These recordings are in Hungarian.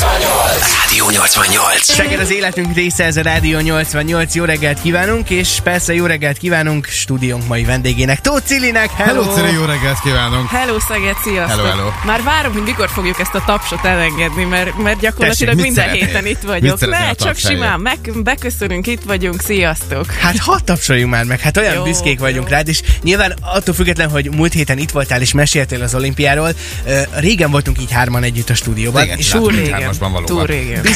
Rádió 88. Segít az életünk része, ez a Rádió 88. Jó reggelt kívánunk, és persze jó reggelt kívánunk stúdiónk mai vendégének, Tóth Cilinek. Hello! Hello, Ciri, jó reggelt kívánunk! Hello Szeged, sziasztok! Hello, hello. Már várom, hogy mikor fogjuk ezt a tapsot elengedni, mert, mert gyakorlatilag Tessék, mit minden szeretnél? héten itt Mit vagyok. szeretnél Ne, a csak taps elé? simán, meg, beköszönünk, itt vagyunk, sziasztok! Hát hadd tapsoljunk már meg, hát olyan jó, Jó, büszkék vagyunk jó. rád, és nyilván attól független, hogy múlt héten itt voltál és meséltél az olimpiáról, ö, régen voltunk így hárman együtt a stúdióban, Régen és csináltuk. Túl Hát, régen, hármasban valóban. túl régen.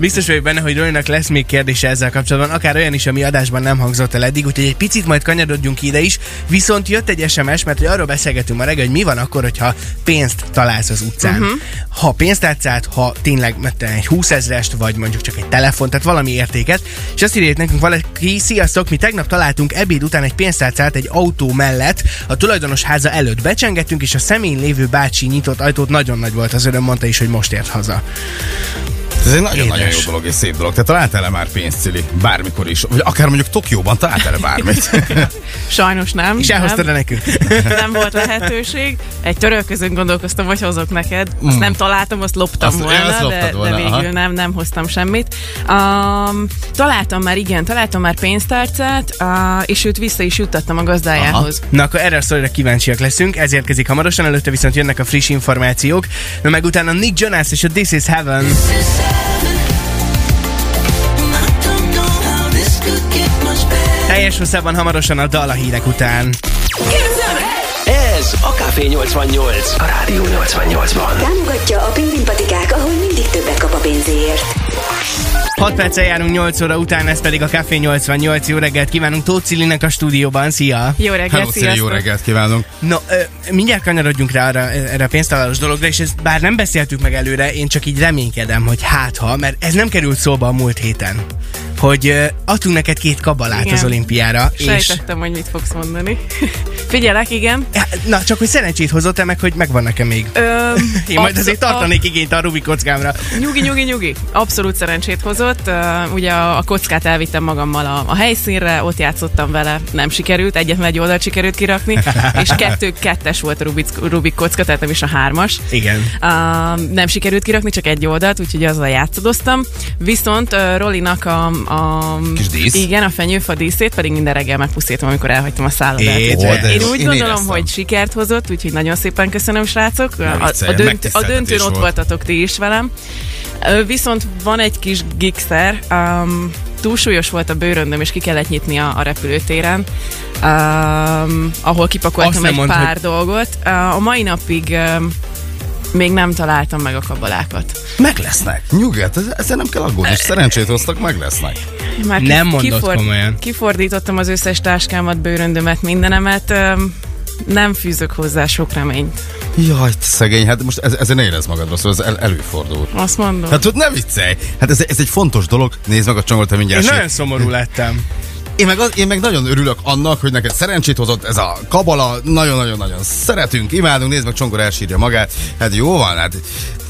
biztos vagyok benne, hogy Rolinak lesz még kérdése ezzel kapcsolatban, akár olyan is, ami adásban nem hangzott el eddig, úgyhogy egy picit majd kanyarodjunk ide is, viszont jött egy SMS, mert hogy arról beszélgetünk ma reggel, hogy mi van akkor, hogyha pénzt találsz az utcán. Uh-huh. Ha pénzt látszát, ha tényleg mert te egy 20 ezrest, vagy mondjuk csak egy telefon, tehát valami értéket, és azt írja itt nekünk valaki, sziasztok, mi tegnap találtunk ebéd után egy pénztárcát egy autó mellett, a tulajdonos háza előtt becsengettünk, és a személyén lévő bácsi nyitott ajtót nagyon nagy volt az öröm, mondta is, hogy most ért haza. Ez egy nagyon-nagyon Édes. jó dolog és szép dolog. Te találtál-e már pénzt, Cili? Bármikor is. Vagy akár mondjuk Tokióban találtál-e bármit? Sajnos nem. És elhoztad le nem, nekünk. nem volt lehetőség. Egy törölközön gondolkoztam, hogy hozok neked. Azt nem találtam, azt loptam Hmm. Azt- volna, azt loptad de, volna, de aha. végül nem, nem hoztam semmit. Um, találtam már, igen, találtam már pénztárcát, uh, és őt vissza is juttattam a gazdájához. Na akkor erre a szorira kíváncsiak leszünk, ez érkezik hamarosan, előtte viszont jönnek a friss információk, na meg utána Nick Jonas és a This is Heaven. Teljes hosszában hamarosan a dal a hírek után. Ez a Café 88. A Rádió 88-ban. Támogatja a Pingvin Patikák, ahol mindig többet kap a pénzéért. 6 perccel járunk 8 óra után, ez pedig a Café 88. Jó reggelt kívánunk Tóth Cilinek a stúdióban, szia! Jó reggelt, Hello, Ciri, jó sziasztok! reggelt kívánunk! No, ö, mindjárt kanyarodjunk rá arra, erre a pénztalálós dologra, és ezt bár nem beszéltük meg előre, én csak így reménykedem, hogy hát ha, mert ez nem került szóba a múlt héten, hogy ö, adtunk neked két kabalát Igen. az olimpiára, és... Sejtettem, hogy mit fogsz mondani. Figyelek, igen. Hát, Na, csak hogy szerencsét hozott el meg, hogy megvan-e még. Öm, Én majd abszol- azért tartanék igényt a Rubik kockámra. a- Nyugi, nyugi, nyugi. Abszolút szerencsét hozott. Ö, Ugye a a kockát elvittem magammal a, a helyszínre, ott játszottam vele, nem sikerült, egyetlen egy oldalt sikerült kirakni, és kettő kettes volt a Rubik, Rubik kocka, tehát nem is a hármas. Igen. Uh, nem sikerült kirakni, csak egy oldalt, úgyhogy azzal játszadoztam. Viszont uh, Rolinak a, a... Kis dísz? Igen, a fenyőfa díszét pedig minden reggel megpuszítom, amikor elhagytam a szállodát. Édes. Ó, de Én jó. úgy Én gondolom, éreztem. hogy sikert hozott, úgyhogy nagyon szépen köszönöm, srácok. A, viccelj, a, dönt, a megtiszteltetés döntőn ott volt. voltatok ti is velem. Ö, Viszont van egy kis gigszer, um, túlsúlyos volt a bőröndöm, és ki kellett nyitni a, a repülőtéren, um, ahol Azt kipakoltam nem egy mondd, pár hogy- dolgot. Uh, a mai napig um, még nem találtam meg a kabalákat. Meg lesznek. Nyugat, ez- ezzel nem kell aggódni. És szerencsét hoztak, meg lesznek. Én Már Nem mondod komolyan. Kifordítottam az összes táskámat, bőröndömet, mindenemet. Um, nem fűzök hozzá sok reményt. Jaj, te szegény, hát most ez, ezen érez magad rosszul, ez el, előfordul. Azt mondom. Hát ott ne viccelj! Hát ez, ez egy fontos dolog, nézd meg a csongot, te Én mindjárt nagyon sír. szomorú lettem. Én meg, az, én meg nagyon örülök annak, hogy neked szerencsét hozott ez a kabala, nagyon-nagyon-nagyon szeretünk, imádunk, nézd meg, Csongor elsírja magát, hát jó van, hát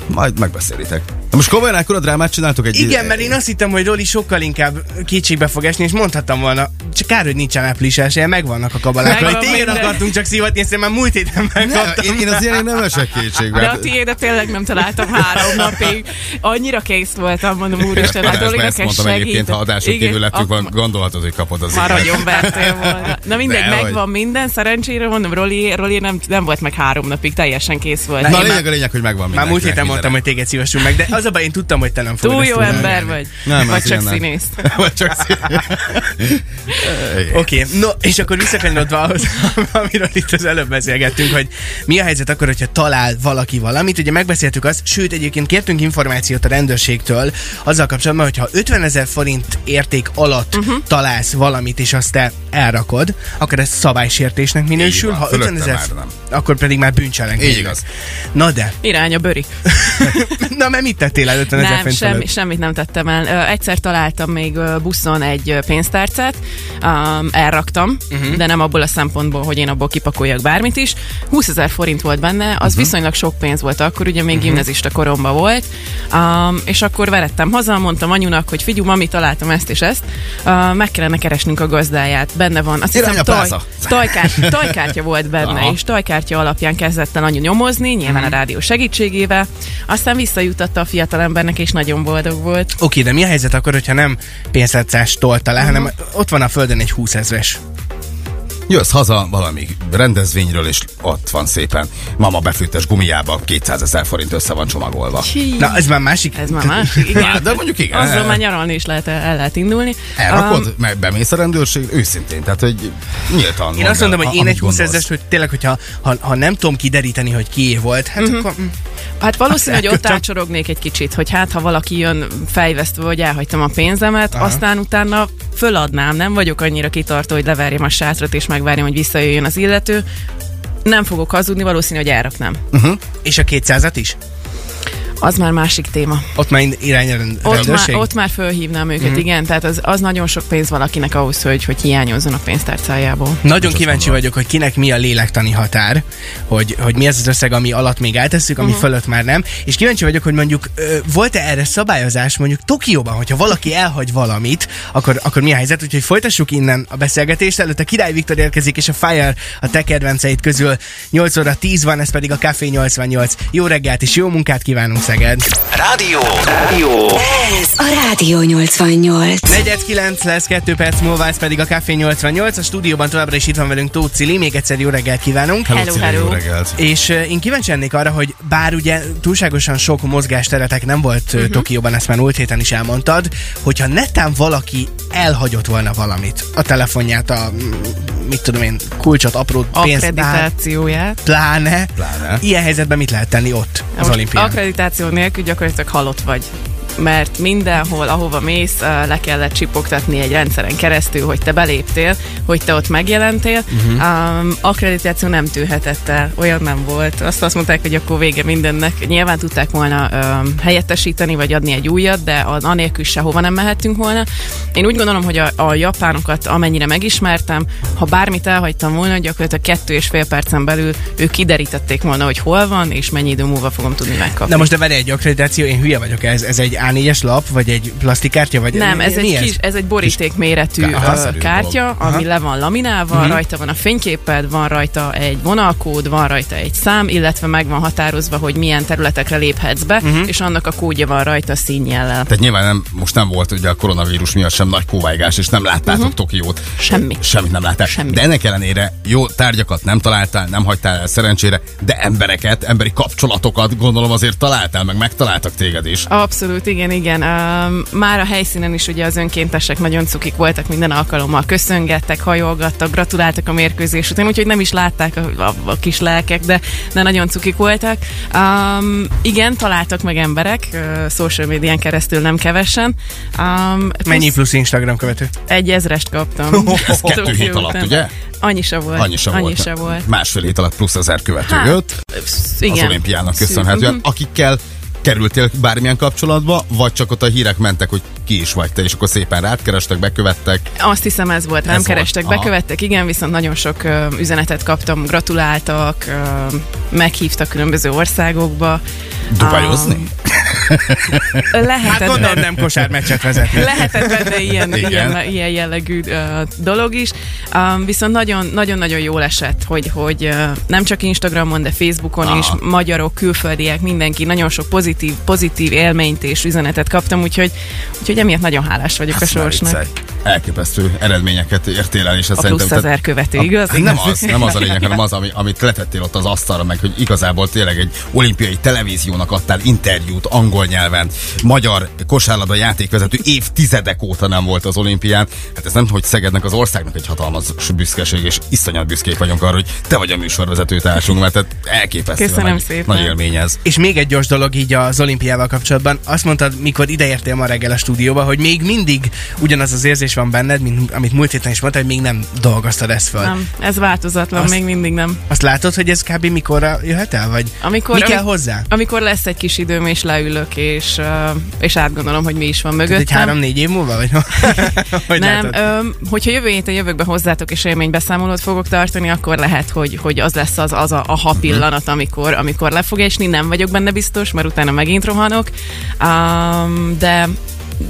majd megbeszélitek. Na most komolyan akkor a drámát csináltok egy... Igen, mert én azt hittem, hogy Roli sokkal inkább kétségbe fog esni, és mondhattam volna, csak kár, hogy nincsen április elsője, megvannak a kabalák. Megvan Meg téged minden. akartunk csak szívatni, ezt én már múlt héten ne, megkaptam. én, én az ilyen nem esek kétségbe. De a Hát, tiédet tényleg nem találtam három napig. Annyira kész voltam, mondom, úristen, hát Adásban Dolinak ezt kell mondtam egyébként, segít. ha adáson Igen, kívül lettünk, akkor van, gondolhatod, hogy kapod az Már igazat. nagyon vertél volna. Na mindegy, Dehogy. megvan minden, szerencsére mondom, Roli, Roli nem, nem volt meg három napig, teljesen kész volt. Na, a Én lényeg a lényeg, hogy megvan minden. Már múlt héten mondtam, hogy téged szívassunk meg, de az a baj, én tudtam, hogy te nem fogod túl ezt jó tudni. ember vagy. Nem, vagy ez csak ilyen nem. színész. Vagy csak szín- Oké, okay. no, és akkor visszakanyarodva ahhoz, amiről itt az előbb beszélgettünk, hogy mi a helyzet akkor, hogyha talál valaki valamit. Ugye megbeszéltük azt, sőt egyébként kértünk információt a rendőrségtől azzal kapcsolatban, hogyha 50 ezer forint érték alatt Mhm. uh-huh. találsz valamit, és azt te elrakod, akkor ez szabálysértésnek minősül. van, ha fölötte 50 ezer, már nem. akkor pedig már bűncselekmény. Így igaz. Na de, Irány a böri. na mert mit tettél el 50 ezer Nem, forint semmi, fölött? semmit nem tettem el. Ö, Egyszer találtam még ö, buszon egy ö, pénztárcát, um, elraktam, uh-huh. de nem abból a szempontból, hogy én abból kipakoljak bármit is. 20 ezer forint volt benne, az uh-huh. viszonylag sok pénz volt akkor, ugye még uh-huh. gimnazista koromba volt, um, és akkor verettem haza, mondtam anyunak, hogy figyú, mami, találtam ezt és ezt, uh, meg kellene keresnünk a gazdáját. Benne van, azt Irány hiszem, a taj, pláza. tajkár, tajkártya volt benne, Aha. és és riportja alapján kezdett el anyu nyomozni, nyilván a rádió segítségével, aztán visszajutatta a fiatalembernek, és nagyon boldog volt. Oké, de mi a helyzet akkor, hogyha nem pénztárcás tolta le, Mhm. hanem ott van a földön egy 20 ezres. Jössz haza valami rendezvényről, és ott van szépen. Mama befűttes gumiába 200 ezer forint össze van csomagolva. Na, ez már másik. Ez már másik. Hát, de mondjuk igen. Azzal már nyaralni is lehet, el lehet indulni. Elrakod, Um, um, meg bemész a rendőrség, őszintén, tehát hogy Én nyíltan. mondd azt el, mondom, hogy a- én amit egy 20 gondolsz. ezerest, hogy tényleg, hogyha ha, ha nem tudom kideríteni, hogy kié volt, hát Mhm. mm-hmm. akkor... mm. Hát valószínű, hogy ott elkötöm. ácsorognék egy kicsit, hogy hát ha valaki jön fejvesztve, hogy elhagytam a pénzemet, Aha. aztán utána föladnám, nem vagyok annyira kitartó, hogy leverjem a sátrat és megvárjam, hogy visszajöjjön az illető. Nem fogok hazudni, valószínű, hogy elraknám. Mhm. És a 200-at is? Az már másik téma. Ott már irány a rend- Ott már, rendőrség? Mhm. ott már fölhívnám őket, mm. igen. Tehát az, az nagyon sok pénz valakinek ahhoz, hogy, hogy hiányozzon a pénztárcájából. Nagyon kíváncsi vagyok, hogy kinek mi a lélektani határ, hogy, hogy mi az az összeg, ami alatt még eltesszük, ami uh-huh. fölött már nem. És kíváncsi vagyok, hogy mondjuk ö, volt-e erre szabályozás mondjuk Tokióban, hogyha valaki elhagy valamit, akkor, akkor mi a helyzet? Úgyhogy folytassuk innen a beszélgetést. Előtte Király Viktor érkezik, és a Fire a te kedvenceid közül 8 óra 10 van, ez pedig a Café 88. Jó reggelt és jó munkát kívánunk Szeged! Rádió. Rádió. Ez a Rádió 88. Negyed kilenc lesz, kettő perc múlva, ez pedig a Café 88. A stúdióban továbbra is itt van velünk Tóth Cili, még egyszer jó reggelt kívánunk. Hello, Cili, hello. Jó reggelt. És ö, én kíváncsi lennék arra, hogy bár ugye túlságosan sok mozgásteretek nem volt Mhm. uh-huh. Tokióban, ezt már múlt héten is elmondtad, hogyha netán valaki elhagyott volna valamit, a telefonját, a mm, mit tudom én, kulcsot, apró pénzt, pláne, Akkreditációját. pláne, Pláne. ilyen helyzetben mit lehet tenni ott az Most olimpián? Akkreditáció nélkül gyakorlatilag halott vagy mert mindenhol, ahova mész, eh, le kellett csipogtatni egy rendszeren keresztül, hogy te beléptél, hogy te ott megjelentél. Uh-huh. Um, akkreditáció nem tűhetett el, olyan nem volt. Azt azt mondták, hogy akkor vége mindennek. Nyilván tudták volna um, helyettesíteni, vagy adni egy újat, de a- anélkül sehova nem mehettünk volna. Én úgy gondolom, hogy a, a japánokat amennyire megismertem, ha bármit elhagytam volna, gyakorlatilag kettő és fél percen belül ők kiderítették volna, hogy hol van, és mennyi idő múlva fogom tudni megkapni. Na most de várj egy akkreditáció, én hülye vagyok, ez, ez egy A4-es lap, vagy egy plastikkártya, vagy Nem, mi- ez mi egy, kis, ez egy boríték méretű Kis- ö, Aha. kártya, ami le van laminálva, uh-huh. rajta van a fényképed, van rajta egy vonalkód, van rajta egy szám, illetve meg van határozva, hogy milyen területekre léphetsz be, uh-huh. és annak a kódja van rajta színjellel. Tehát nyilván nem, most nem volt ugye a koronavírus miatt sem nagy kóvágás, és nem láttátok uh-huh. Tokiót. Semmi. Semmit nem láttál. Semmi. De ennek ellenére jó tárgyakat nem találtál, nem hagytál el szerencsére, de embereket, emberi kapcsolatokat gondolom azért találtál, meg megtaláltak téged is. Abszolút, igen, igen. Um, már a helyszínen is ugye az önkéntesek nagyon cukik voltak minden alkalommal, köszöngettek, hajolgattak, gratuláltak a mérkőzés után, úgyhogy nem is látták a, a, a kis lelkek, de, de nagyon cukik voltak. Um, igen, találtak meg emberek, uh, social médián keresztül nem kevesen. Um, Mennyi plusz plusz Instagram követő? Egy ezrest kaptam. Ez kettő Tokyo hét alatt, után. ugye? Annyi se volt. Annyi se Annyi volt. se volt. Másfél hét alatt plusz ezer követő Hát, jött. Psz, az igen. olimpiának Szűk. Mhm. köszönhetően, akikkel kerültél bármilyen kapcsolatba, vagy csak ott a hírek mentek, hogy ki is vagy te, és akkor szépen rád kerestek, bekövettek. Azt hiszem ez volt, nem Ez ez volt, kerestek, aha. volt. bekövettek, igen, viszont nagyon sok ö, üzenetet kaptam, gratuláltak, ö, meghívtak különböző országokba. Dubajozni? Ö, lehetett, Hát gondolom nem kosármeccset vezetni. lehetett benne ilyen, Igen. ilyen, ilyen jellegű ö, dolog is. Um, viszont nagyon- nagyon-nagyon jól esett, hogy, hogy ö, nem csak Instagramon, de Facebookon Aha. is, magyarok, külföldiek, mindenki, nagyon sok pozitív, pozitív élményt és üzenetet kaptam, úgyhogy, úgyhogy emiatt nagyon hálás vagyok a Azt már sorsnak. viccelj. Elképesztő eredményeket értél el, és ez A szerintem... plusz ezer követő, igaz? A, nem, az, nem az a lényeg, hanem az, ami, amit letettél ott az asztalra, meg hogy igazából tényleg egy olimpiai televíziónak adtál interjút angol nyelven. Magyar kosárlabda játékvezető évtizedek óta nem volt az olimpián. Hát ez nem, hogy Szegednek az országnak egy hatalmas büszkeség, és iszonyat büszkék vagyunk arra, hogy te vagy a műsorvezető társunk, mert hát elképesztő. Köszönöm nagy, szépen. Nagy élmény ez. És még egy gyors dolog így az olimpiával kapcsolatban. Azt mondtad, mikor ideértél ma reggel a stúdióba, hogy még mindig ugyanaz az érzés van benned, mint amit múlt héten is mondtad, hogy még nem dolgoztad ezt föl. Nem. Nem, ez változatlan, Azt- Azt... még mindig nem. Azt látod, hogy ez kb. mikorra jöhet el? Vagy Amikor, mi kell ami- hozzá? Amikor lesz egy kis időm, és leülök, és, ö, és átgondolom, hogy mi is van Tehát mögöttem. egy három-négy év múlva? Vagy hogy nem, látod? öm, hogyha jövő héten jövök be hozzátok, és élménybeszámolót fogok tartani, akkor lehet, hogy, hogy az lesz az, az a, a Mhm. ha pillanat, amikor, amikor le fog esni. Nem vagyok benne biztos, mert utána megint rohanok. Um, de,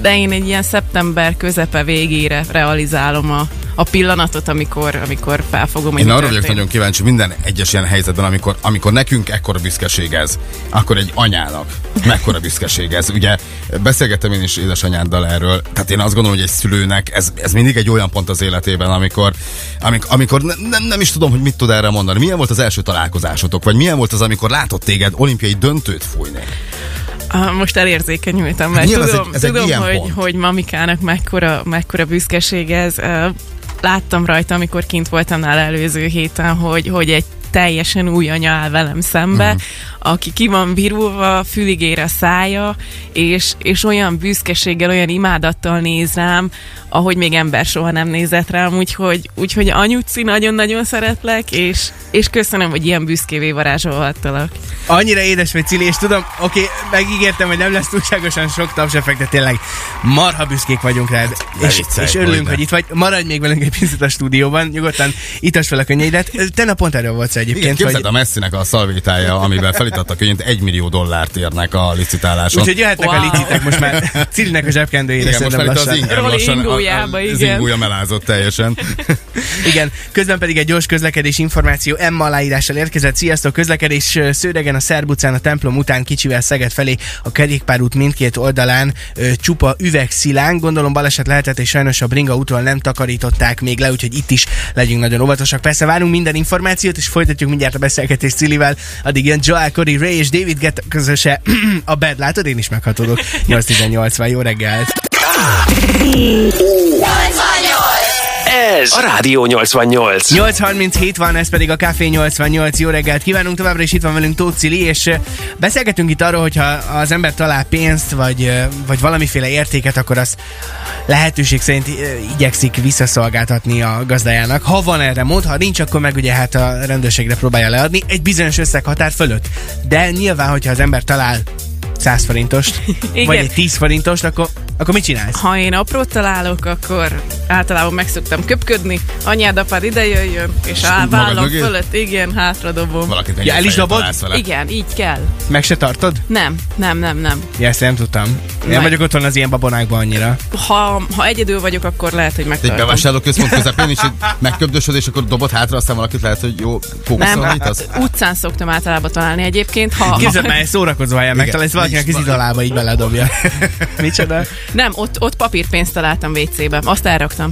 de én egy ilyen szeptember közepe végére realizálom a, a pillanatot, amikor, amikor felfogom, hogy Én mi arra vagyok történt. nagyon kíváncsi minden egyes ilyen helyzetben, amikor, amikor nekünk ekkora büszkeség ez, akkor egy anyának mekkora büszkeség ez. Ugye beszélgettem én is édesanyáddal erről, tehát én azt gondolom, hogy egy szülőnek ez, ez mindig egy olyan pont az életében, amikor, amik, amikor ne, nem, nem is tudom, hogy mit tud erre mondani. Milyen volt az első találkozásotok, vagy milyen volt az, amikor látott téged olimpiai döntőt fújni? Ah, Most elérzékenyültem, mert Nyilván ez tudom, egy- ez egy tudom ilyen hogy, pont. hogy mamikának mekkora, mekkora büszkeség ez. Ö, Láttam rajta, amikor kint voltam nála előző héten, hogy, hogy egy teljesen új anya áll velem szembe, Mhm. mm. aki ki van virulva, fülig ér a szája, és, és olyan büszkeséggel, olyan imádattal néz rám, ahogy még ember soha nem nézett rám, úgyhogy, úgyhogy anyuci, nagyon-nagyon szeretlek, és, és köszönöm, hogy ilyen büszkévé varázsolhattalak. Annyira édes vagy Cili, és tudom, oké, megígértem, hogy nem lesz túlságosan sok tapsefek, de tényleg marha büszkék vagyunk rád. ne és, viccelj, és örülünk, hogyne. hogy itt vagy. Maradj még velünk egy picit a stúdióban, nyugodtan itas fel a könnyeidet. Tegnap pont erről volt Igen, egyébként, képzeld, hogy... a messzinek a szalvétája, amivel felítattak, hogy 1 millió dollárt érnek a licitáláson. Úgyhogy jöhetnek wow. a Wow. licitek most már. Cilinek a zsebkendőjére Igen, most szerintem már itt az lassan. ingem Roli lassan, a- ingójába, a, az igen. ingója melázott teljesen. Igen, közben pedig egy gyors közlekedés információ M aláírással érkezett. Sziasztok, közlekedés ö, Szőregen a Szerb utcán, a templom után kicsivel Szeged felé, a kerékpárút mindkét oldalán ö, csupa üvegszilánk. Gondolom baleset lehetett, és sajnos a bringa útról nem takarították még le, úgyhogy itt is legyünk nagyon óvatosak. Persze várunk minden információt, és folytatjuk mindjárt a beszélgetést Cilivel. Addig jön Joel Corey Ray és David Gett közöse a bed. Látod, én is meghatodok. 818 van, jó reggelt! Ez a Rádió 88. 8.37 van, ez pedig a Café 88. Jó reggelt kívánunk továbbra, is itt van velünk Tóth Cili, és ö, beszélgetünk itt arról, hogyha az ember talál pénzt, vagy, ö, vagy valamiféle értéket, akkor azt lehetőség szerint ö, igyekszik visszaszolgáltatni a gazdájának. Ha van erre mód, ha nincs, akkor meg ugye hát a rendőrségre próbálja leadni egy bizonyos összeg határ fölött. De nyilván, hogyha az ember talál 100 forintost, Igen. vagy egy 10 forintost, akkor, akkor mit csinálsz? ha én aprót találok, akkor általában meg szoktam köpködni, anyád, apád ide jöjjön, és a magad vállam mögé? fölött, igen, hátradobom. Valakit még Ja, el is fejjel dobod? találsz vele. Igen, így kell. Meg se tartod? Nem, nem, nem, nem. Ja, ezt nem tudtam. Nem Meg- vagyok otthon az ilyen babonákban annyira. Ha, ha egyedül vagyok, akkor lehet, hogy Egy megtartom. bevásárlóközpont közepén is így megköbdösöd, és akkor dobod hátra, aztán valakit lehet, hogy jó Nem, hát kókuszon az. utcán szoktam általában találni egyébként. Ha, Képzeld ha, már, egy szórakozó helyen megtalálsz nincs valakinek az valami. idalába így beledobja. Micsoda? nem, ott, ott papírpénzt találtam WC-be, azt elraktam.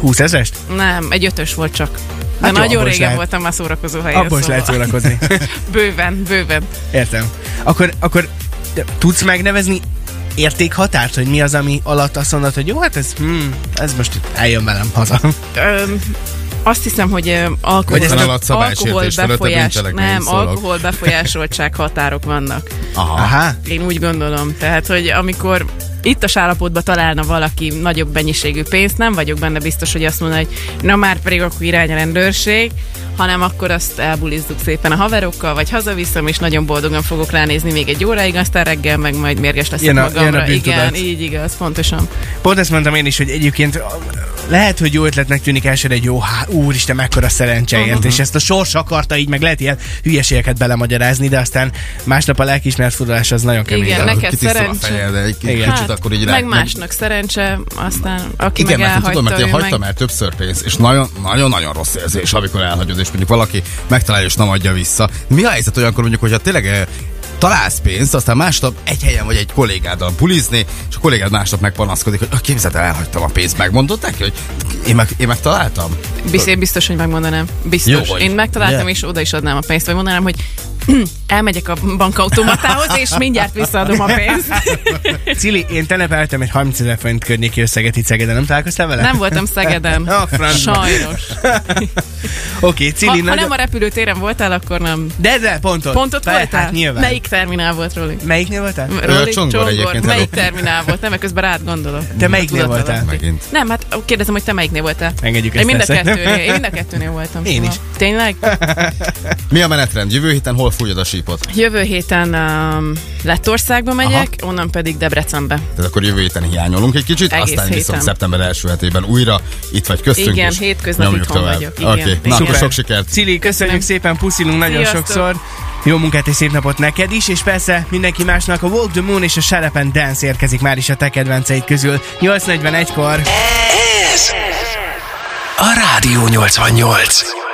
20 ezerest? Nem, egy ötös volt csak. De Hát jó, nagyon abból is régen lehet. voltam a szórakozó helyen. szóval. Abból is lehet szórakozni. Bőven, bőven. Értem. Akkor, akkor te tudsz megnevezni értékhatárt, hogy mi az, ami alatt azt mondod, hogy jó, hát ez, hmm, ez most itt eljön velem haza. Öm, azt hiszem, hogy öm, alkohol, Legyen alatt szabálysértés alkohol fölött, a befolyás, bűncselekmény nem, szólok. alkohol befolyásoltság határok vannak. Aha. Aha. Én úgy gondolom, tehát, hogy amikor itt a állapotban találna valaki nagyobb mennyiségű pénzt, nem vagyok benne biztos, hogy azt mondaná, hogy na már pedig akkor irány a rendőrség, hanem akkor azt elbulizzuk szépen a haverokkal, vagy hazaviszem, és nagyon boldogan fogok ránézni még egy óráig, aztán reggel meg majd mérges leszek Jön a- jön a magamra. Igen, bűntudat. így igaz, pontosan. Pont ezt mondtam én is, hogy egyébként ö, lehet, hogy jó ötletnek tűnik elsőre, hogy jó, há, úristen, mekkora szerencseért, uh-huh. és ezt a sors akarta, így meg lehet ilyen hülyeségeket belemagyarázni, de aztán másnap a lelkiismert furdalás az nagyon kemény. Igen, dolog. neked Kitisztul a szerencse. fejed, egy Igen. kicsit akkor így rá- Hát, meg másnak szerencse, aztán aki Igen, meg mert én elhagyta, tudom, mert én ő hagytam meg... el többször pénzt, és nagyon- nagyon-nagyon rossz érzés, amikor elhagyod, és mondjuk valaki megtalálja, és nem adja vissza. Mi a helyzet olyankor mondjuk, hogyha tényleg eh, találsz pénzt, aztán másnap egy helyen vagy egy kollégáddal bulizni, és a kollégád másnap megpanaszkodik, hogy "Ö, képzeld el, elhagytam a pénzt, megmondott neki, hogy én, meg, én megtaláltam? Biz, én biztos, hogy megmondanám. Biztos. Jó vagy. én megtaláltam, Ugye? és oda is adnám a pénzt, vagy mondanám, hogy elmegyek a bankautomatához, és mindjárt visszaadom a pénzt. Cili, én telepeltem egy 30 ezer forint környéki összeget itt Szegeden, nem találkoztál vele? Nem voltam Szegeden. A francba. Sajnos. Oké, okay, Ha, Cili, ha nagyon... nem a repülőtéren voltál, akkor nem. De, de, pontot. Pontot Fel- voltál? Hát nyilván. Melyik terminál volt, Roli? Melyiknél voltál? Roli, Csongor egyébként, Melyik hello. terminál volt? Nem, mert közben rád gondolok. Te melyiknél Tudattalan. voltál? Megint. Nem, hát kérdezem, hogy te melyiknél voltál? Engedjük Én ezt mind a persze. kettőnél, én mind a kettőnél voltam. Én is. Tényleg? Mi a menetrend? Jövő héten hol fújod a sípot? Jövő héten um, Lettországba megyek, Aha. onnan pedig Debrecenbe. Tehát akkor jövő héten hiányolunk egy kicsit, Egész aztán viszont héten. szeptember első hetében újra itt vagy köztünk. Igen, és hétköznap nyomjuk itthon tovább. vagyok, igen. Oké, na akkor Szuper. sok sikert. Cili, köszönjük szépen, puszilunk nagyon Sziasztok. sokszor. Jó munkát és szép napot neked is, és persze mindenki másnak a Walk the Moon és a Shut Up and Dance érkezik már is a te kedvenceid közül. 8.41-kor. Ez a Rádió 88.